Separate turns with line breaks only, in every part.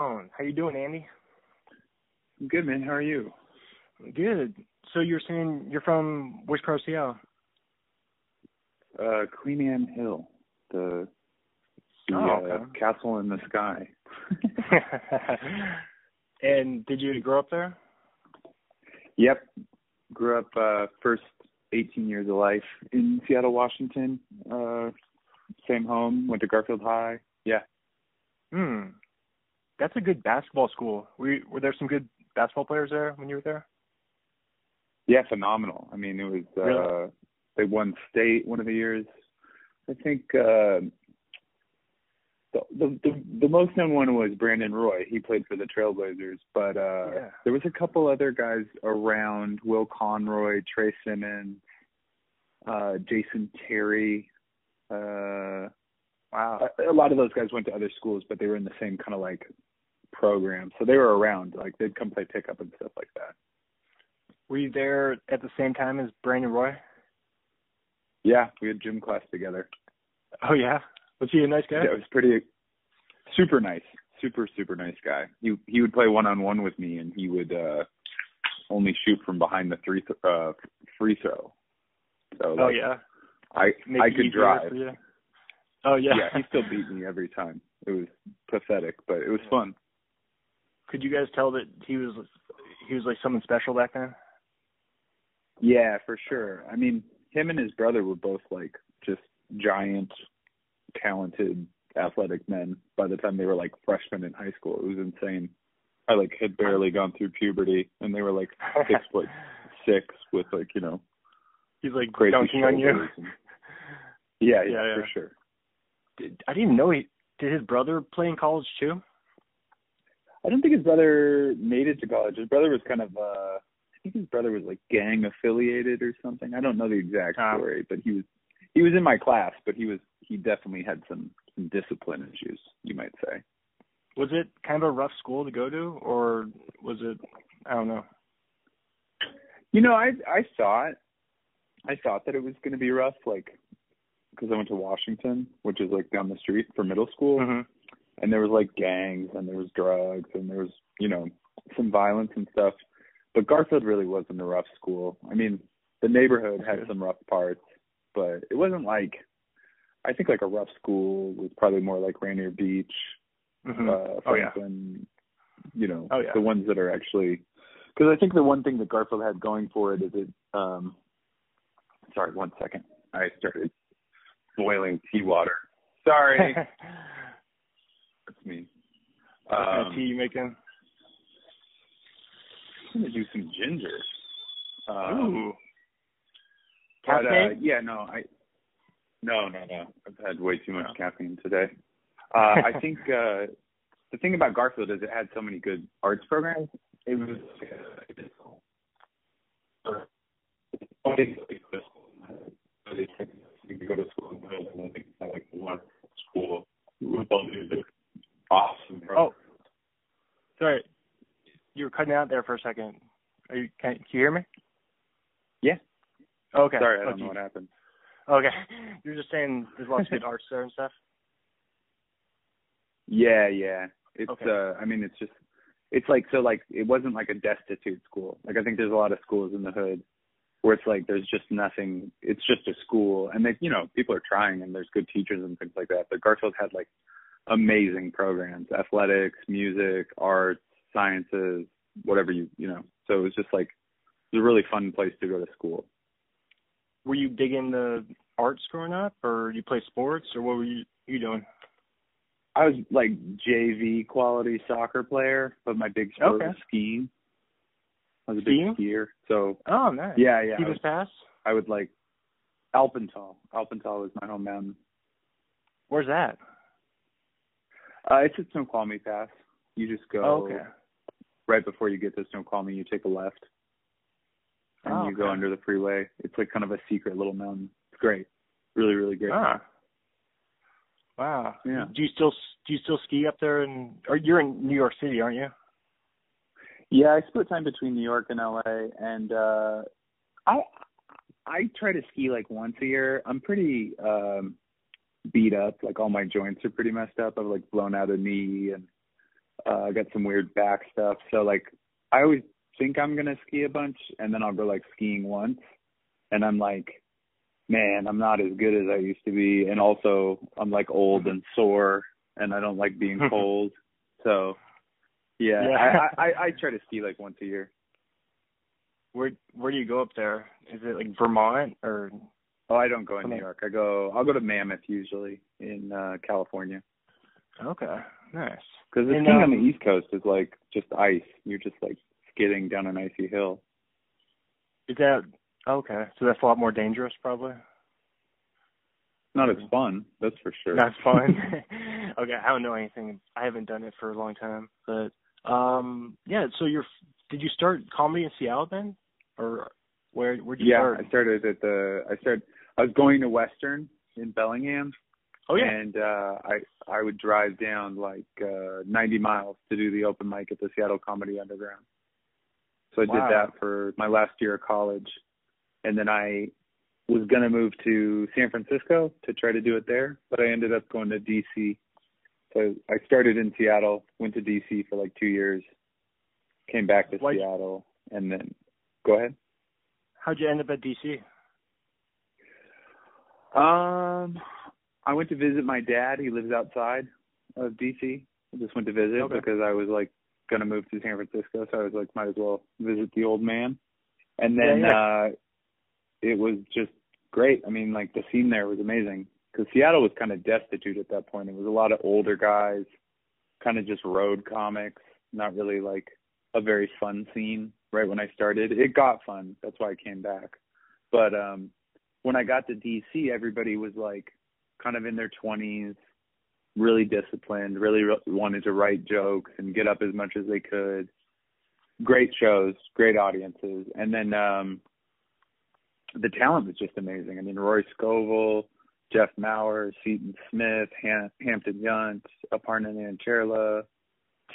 How you doing, Andy?
I'm good, man. How are you?
Good. So you're saying you're from which part of Seattle?
Uh, Queen Anne Hill, the, the
Oh,
uh,
okay.
castle in the sky.
and did you grow up there?
Yep. Grew up uh, first 18 years of life in Seattle, Washington. Uh, same home. Went to Garfield High. Yeah.
Hmm. That's a good basketball school. Were you, were there some good basketball players there when you were there?
Yeah, phenomenal. I mean, it was uh
Really?
they won state one of the years. I think uh the, the the the most known one was Brandon Roy. He played for the Trailblazers, but uh
Yeah.
there was a couple other guys around, Will Conroy, Trey Simmons, uh Jason Terry. Uh
Wow.
a, a lot of those guys went to other schools, but they were in the same kind of like program. So they were around, like they'd come play pickup and stuff like that.
Were you there at the same time as Brandon Roy?
Yeah, we had gym class together.
Oh yeah. Was he a nice guy?
Yeah, it was pretty super nice. Super, super nice guy. He he would play one on one with me and he would uh only shoot from behind the three th- uh free throw. So
Oh
like,
yeah.
I
Make
I
it
could
easier
drive.
for you? Oh yeah.
he still beat me every time. It was pathetic, but it was fun.
Could you guys tell that he was he was like someone special back then?
Yeah, for sure. I mean, him and his brother were both like just giant, talented, athletic men by the time they were like freshmen in high school. It was insane. I like had barely gone through puberty and they were like six foot six with like, you know,
He's like
crazy
dunking on you.
shoulders and- yeah, yeah,
Yeah, yeah.
for sure.
Did- I didn't know he did his brother play in college too.
I don't think his brother made it to college. His brother was kind of uh I think his brother was like gang affiliated or something. I don't know the exact
Ah.
story, but he was he was in my class, but he was he definitely had some some discipline issues, you might say.
Was it kind of a rough school to go to, or was it? I don't know.
You know, I I thought I thought that it was going to be rough like because I went to Washington, which is like down the street for middle school.
Mm-hmm.
and there was like gangs and there was drugs and there was you know some violence and stuff but garfield really wasn't a rough school i mean the neighborhood had
Okay.
some rough parts but it wasn't like i think like a rough school was probably more like rainier beach
hmm
uh
oh yeah.
franklin you know
Oh, yeah.
the ones that are actually because i think the one thing that garfield had going for it is it um sorry one second i started boiling tea water sorry That's me.
What kind of tea
Um,
you making?
I'm gonna do some ginger. Um,
Ooh.
but, uh,
Caffeine?
yeah, no, I. No, no, no. I've had way too
Oh.
much caffeine today. Uh, I think uh, the thing about Garfield is it had so many good arts programs. It was.
Oh,
Uh, you could go to school and have like one school with all these awesome
Oh. Sorry, you were cutting out there for a second. Are you? Can, can you hear me?
Yeah.
Okay.
Sorry, I
Oh,
don't know
geez.
what happened.
Okay. You were just saying there's lots of good arts there and stuff.
Yeah, yeah. It's
Okay.
uh I mean it's just it's like so like it wasn't like a destitute school. Like I think there's a lot of schools in the hood where it's like there's just nothing it's just a school and they you know, people are trying and there's good teachers and things like that. But Garfield had like amazing programs, athletics, music, arts, sciences, whatever you you know. So it was just like it was a really fun place to go to school.
Were you digging the arts growing up, or you play sports, or what were you you doing?
I was like J V quality soccer player, but my big sport
Okay.
was skiing. I was a
Skiing?
big skier. So
Oh, nice.
Yeah, yeah.
He
I
was
would,
fast.
I would like Alpental. Alpental is my home mountain.
Where's that?
Uh, it's at Snoqualmie Pass. You just go
Oh, okay.
right before you get to Snoqualmie. You take a left, and
Oh,
you go
okay.
under the freeway. It's like kind of a secret little mountain. It's great, really, really great.
Ah. Wow.
Yeah.
Do you still do you still ski up there? And or you're in New York City, aren't you?
Yeah, I split time between New York and LA, and uh, I I try to ski like once a year. I'm pretty um, beat up. Like all my joints are pretty messed up. I've like blown out a knee and Uh, I got some weird back stuff. So like I always think I'm gonna ski a bunch and then I'll go like skiing once and I'm like, Man, I'm not as good as I used to be and also I'm like old and sore and I don't like being cold. So yeah,
Yeah.
I, I, I, I try to ski like once a year.
Where where do you go up there? Is it like Vermont or
Oh, I don't go in New
Okay.
York. I go I'll go to Mammoth usually in uh California.
okay, nice.
Because the
And,
skiing on
um,
the East Coast is like just ice. You're just like skidding down an icy hill.
Is that okay? So that's a lot more dangerous, probably.
Not
Mm-hmm.
as fun, that's for sure.
That's fun. okay, I don't know anything. I haven't done it for a long time, but um, yeah. So you're did you start comedy in Seattle then, or where where did you
yeah,
start?
I started at the. I started. I was going to Western in Bellingham,
Oh yeah.
and uh, I I would drive down like uh, 90 miles to do the open mic at the Seattle Comedy Underground. So I
Wow.
did that for my last year of college, and then I was gonna move to San Francisco to try to do it there, but I ended up going to DC. So I started in Seattle, went to DC for like two years, came back to
Why'd-
Seattle, and then go ahead.
How'd you end up at DC?
Um, I went to visit my dad. He lives outside of DC. I just went to visit
Okay.
because I was like gonna move to San Francisco, so I was like, might as well visit the old man. And then
Yeah,
uh it was just great. I mean, like the scene there was amazing because Seattle was kind of destitute at that point. It was a lot of older guys, kind of just road comics, not really like a very fun scene. Right when I started, it got fun. That's why I came back. But um when I got to DC, everybody was like kind of in their 20s, really disciplined, really re- wanted to write jokes and get up as much as they could. Great shows, great audiences. And then um the talent was just amazing. I mean, Roy Scovel, Jeff Maurer, Seton Smith, Ham- Hampton Yunt, Aparna Nancherla,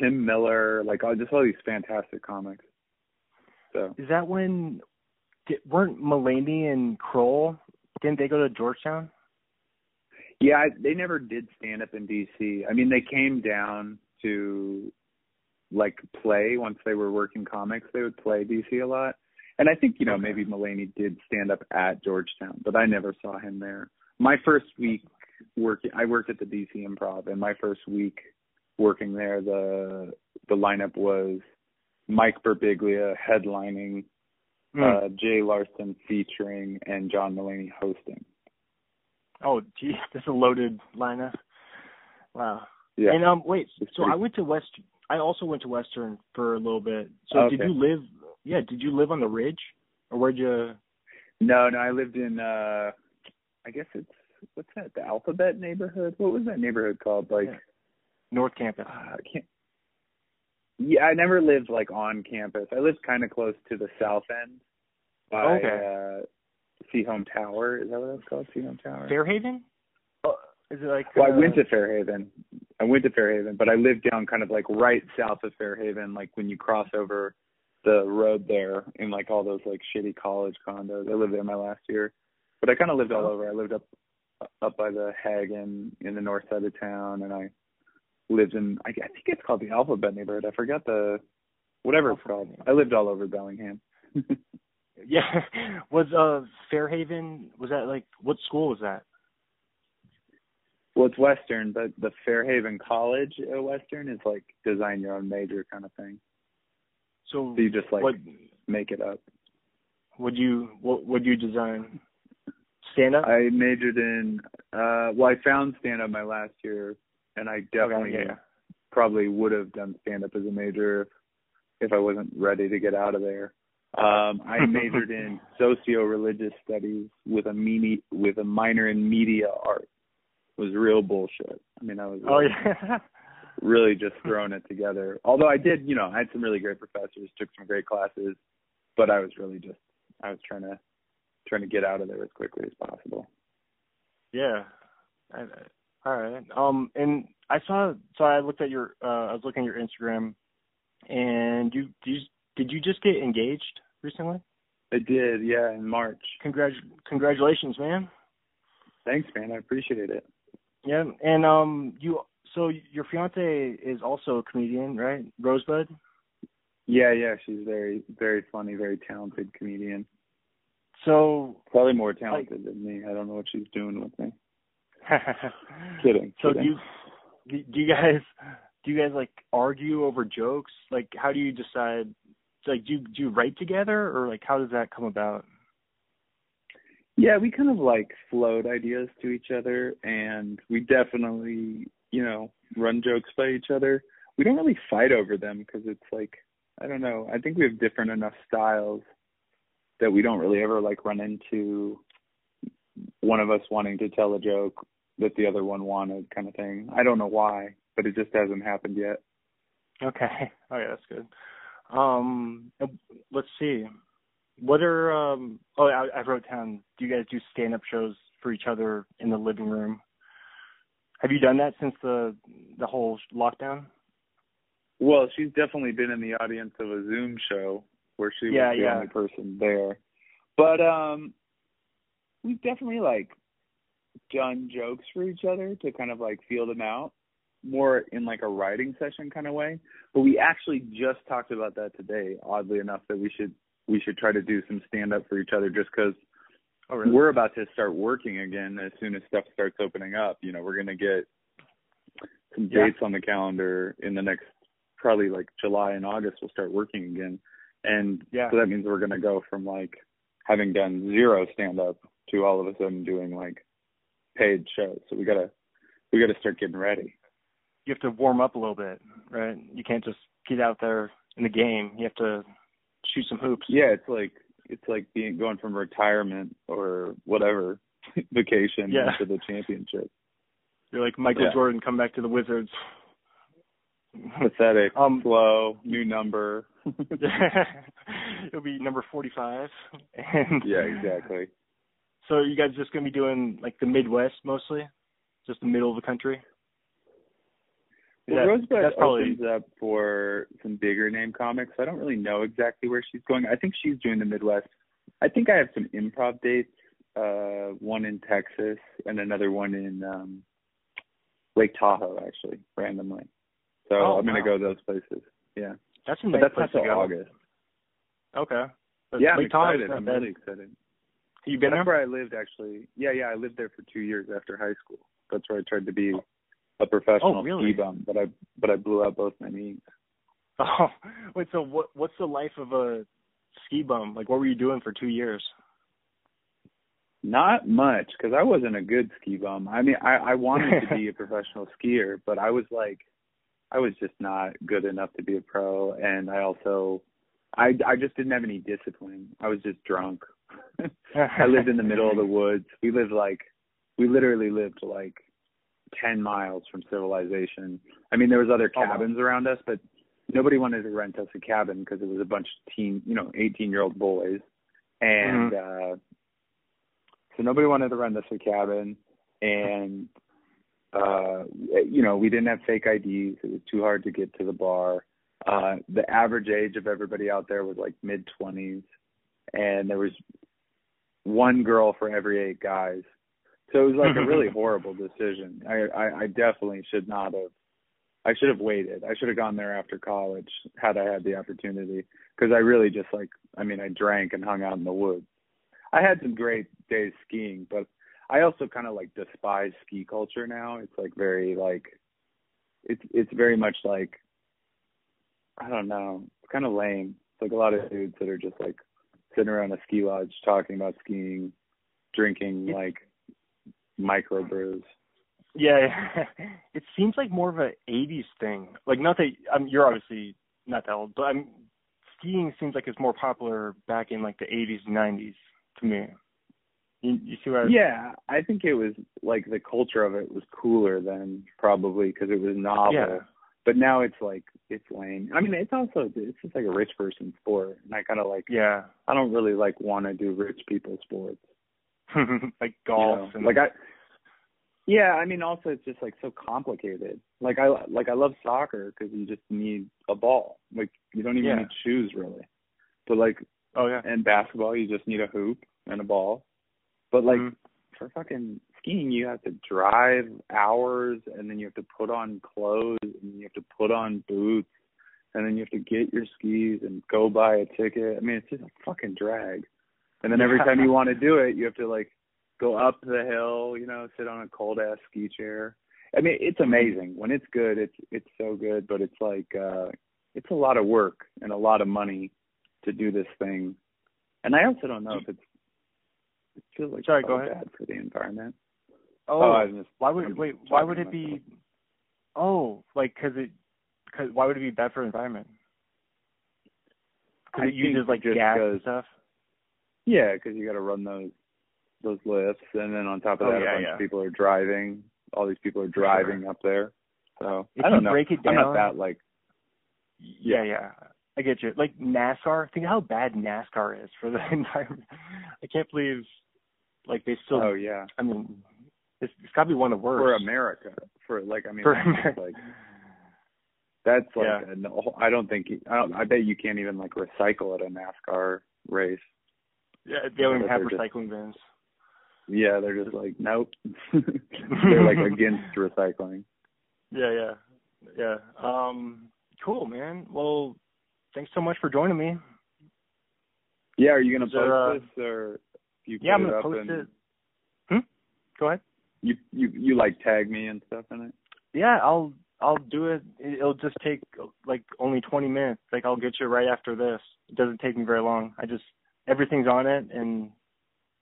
Tim Miller, like all, just all these fantastic comics. So
Is that when di weren't Mulaney and Kroll? Didn't they go to Georgetown?
Yeah, I, they never did stand up in DC. I mean, they came down to like play once they were working comics. They would play DC a lot, and I think you know
Okay.
maybe Mulaney did stand up at Georgetown, but I never saw him there. My first week working, I worked at the DC Improv, and my first week working there, the the lineup was Mike Birbiglia headlining,
Mm.
uh, Jay Larson featuring, and John Mulaney hosting.
oh, gee, that's a loaded lineup. Wow.
Yeah.
And um, wait.
It's
So
pretty-
I went to West. I also went to Western for a little bit. So did
Oh, Okay.
you live? Yeah. Did you live on the ridge, or where'd you?
No, no, I lived in uh I guess it's what's that, the alphabet neighborhood? What was that neighborhood called? Like
Yeah. North Campus.
uh, I can't Yeah, I never lived like on campus. I lived kinda close to the south end by
Okay.
uh Seahome Tower. Is that what that's called? Seahome Tower?
Fairhaven. Oh, is it like?
well, I
uh,
went to Fairhaven. I went to Fairhaven, but I lived down kind of like right south of Fairhaven, like when you cross over the road there in like all those like shitty college condos. I lived there my last year, but I kind of lived
Oh.
all over. I lived up up by the Hagen in the north side of town, and I lived in I, I think it's called the Alphabet neighborhood. I forgot the whatever it's called. I lived all over Bellingham.
Yeah. was uh Fairhaven? Was that like what school was that?
well, it's Western, but the Fairhaven College at Western is like design your own major kind of thing.
So,
So you just like
what
make it up.
would you what would you design? Stand up.
I majored in uh well I found stand up my last year and I definitely
Okay, yeah.
probably would have done stand up as a major if I wasn't ready to get out of there. Um I majored in socio religious studies with a mini with a minor in media art. It was real bullshit. I mean I was
Oh yeah.
really just throwing it together. Although I did, you know, I had some really great professors, took some great classes, but I was really just I was trying to trying to get out of there as quickly as possible.
Yeah. I, I- all right. Um, and I saw. So I looked at your. Uh, I was looking at your Instagram, and you, you did you just get engaged recently?
I did, yeah, in March.
Congrat congratulations, man.
Thanks, man. I appreciate it.
Yeah. And um, you so your fiance is also a comedian, right? Rosebud.
Yeah, yeah, she's very, very funny, very talented comedian.
So
Probably more talented than me. I don't know what she's doing with me. Kidding.
so
kidding.
do you do you guys do you guys like argue over jokes? Like how do you decide? Like do you, do you write together or like how does that come about?
Yeah, we kind of like float ideas to each other, and we definitely, you know, run jokes by each other. We don't really fight over them because it's like, I don't know. I think we have different enough styles that we don't really ever like run into one of us wanting to tell a joke that the other one wanted, kind of thing. I don't know why, but it just hasn't happened yet.
Okay. Okay, that's good. Um, uh, let's see. What are um? Oh, I, I wrote down. Do you guys do stand-up shows for each other in the living room? Have you done that since the the whole lockdown?
Well, she's definitely been in the audience of a Zoom show where she
Yeah,
was the
yeah.
only person there. But um we've definitely like done jokes for each other to kind of like feel them out more in like a writing session kind of way. But we actually just talked about that today, oddly enough, that we should we should try to do some stand up for each other just because
Oh,
we're about to start working again as soon as stuff starts opening up. You know, we're gonna get some
Yeah.
dates on the calendar in the next probably like July and August. We'll start working again, and
Yeah.
so that means we're gonna go from like having done zero stand up to all of a sudden doing like paid shows. So we gotta we gotta start getting ready.
You have to warm up a little bit, right? You can't just get out there in the game. You have to shoot some hoops.
Yeah, it's like it's like being going from retirement or whatever vacation
Yeah.
to the championship.
You're like Michael
Yeah.
Jordan, come back to the Wizards.
Pathetic,
Um,
slow, new number.
It'll be number 45. And
yeah, exactly.
So are you guys just gonna be doing like the Midwest mostly, just the middle of the country? Is
Well,
that-
Rosebud
that's probably-
opens up for some bigger name comics. I don't really know exactly where she's going. I think she's doing the Midwest. I think I have some improv dates, uh, one in Texas and another one in um, Lake Tahoe, actually, randomly. So
Oh,
I'm gonna
wow.
go those places. Yeah,
That's a
but
nice
that's
place
not till
to go.
August.
Okay. But
yeah, I'm
Lake Tahoe's
excited.
not
I'm
bad.
really excited.
You been
that's
there?
where I lived actually. Yeah, yeah, I lived there for two years after high school. That's where I tried to be a professional
Oh, really?
ski bum, but I but I blew out both my knees.
Oh, wait. So what? What's the life of a ski bum? Like, what were you doing for two years?
Not much, because I wasn't a good ski bum. I mean, I I wanted to be a professional skier, but I was like, I was just not good enough to be a pro, and I also, I I just didn't have any discipline. I was just drunk. I lived in the middle of the woods. We lived like, we literally lived like, ten miles from civilization. I mean, there was other
Oh, wow.
cabins around us, but nobody wanted to rent us a cabin because it was a bunch of teen, you know, eighteen year old boys, and
Mm-hmm.
uh so nobody wanted to rent us a cabin, and uh you know, we didn't have fake IDs. It was too hard to get to the bar. Uh The average age of everybody out there was like mid twenties, and there was one girl for every eight guys. So it was like a really horrible decision. I, I I definitely should not have. I should have waited. I should have gone there after college had I had the opportunity. Because I really just like. I mean, I drank and hung out in the woods. I had some great days skiing, but I also kind of like despise ski culture now. It's like very like. It's it's very much like. I don't know. It's kind of lame. It's like a lot of dudes that are just like sitting around a ski lodge talking about skiing, drinking
Yeah.
like microbrews.
Yeah, it seems like more of a '80s thing. Like, not that I mean, you're obviously not that old, but I'm skiing seems like it's more popular back in like the '80s and '90s to me. You, you see where? I,
Yeah, I think it was like the culture of it was cooler then probably because it was novel.
Yeah.
But now it's like it's lame. I mean, it's also it's just like a rich person sport, and I kind of like
Yeah.
I don't really like want to do rich people sports.
like
you
golf
know?
and
like I. Yeah, I mean, also it's just like so complicated. Like I like I love soccer because you just need a ball. Like you don't even
Yeah.
need shoes really. But like
oh yeah.
in basketball, you just need a hoop and a ball. But like
Mhm.
for fucking skiing you have to drive hours and then you have to put on clothes and you have to put on boots and then you have to get your skis and go buy a ticket. I mean, it's just a fucking drag. And then every time you want to do it, you have to like go up the hill, you know, sit on a cold ass ski chair. I mean, it's amazing. When it's good, it's it's so good, but it's like uh it's a lot of work and a lot of money to do this thing. And I also don't know if it's it feels like
Sorry,
so
go ahead.
bad for the environment.
Oh,
I was just-
why would
I'm
wait? Why
talking
would
to
it be?
myself.
Oh, like because it, cause why would it be bad for environment?
I
Because it
think
uses like
just
gas and
goes-
stuff.
Yeah, because you got to run those those lifts, and then on top of
Oh,
that,
yeah,
a bunch
yeah.
of people are driving. All these people are
sure.
driving up there. So
If
I
you
don't know.
break it
I'm
down-
not that like.
Yeah, yeah. I get you. Like NASCAR. Think how bad NASCAR is for the environment. I can't believe, like they still.
oh yeah,
I mean, it's, it's got to be one of the worst
for America, for like I mean,
For
that's
America.
like that's like
Yeah.
a no. I don't think you- I don't. I bet you can't even like recycle at a NASCAR race.
Yeah, they don't even have
They're just-
recycling bins.
Yeah, they're just like nope. they're like against recycling.
Yeah, yeah, yeah. Um, cool, man. Well, thanks so much for joining me.
Yeah, are you gonna
Is there,
post this or you
yeah, I'm
put it
gonna
up
post
and
it. Hmm? Go ahead.
you you you like tag me and stuff in it?
Yeah, I'll I'll do it. It- It'll just take like only 20 minutes. Like I'll get you right after this. It doesn't take me very long. I just everything's on it, and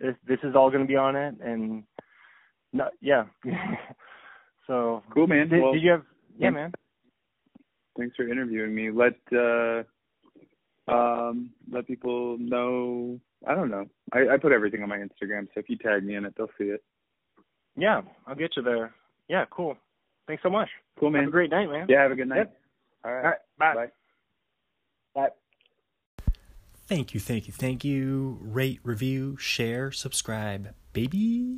this this is all gonna be on it, and no, yeah. so
Cool, man.
did,
well,
did you have? Yeah,
thanks.
man.
thanks for interviewing me. Let uh, um, let people know. I don't know. I, I put everything on my Instagram, so if you tag me in it, they'll see it.
Yeah, I'll get you there. Yeah, cool. Thanks so much.
Cool, man.
Have a great night, man.
yeah, have a good night.
Yep.
All
All
right.
right. Bye.
Bye.
Bye.
Thank you, thank you, thank you. Rate, review, share, subscribe, baby.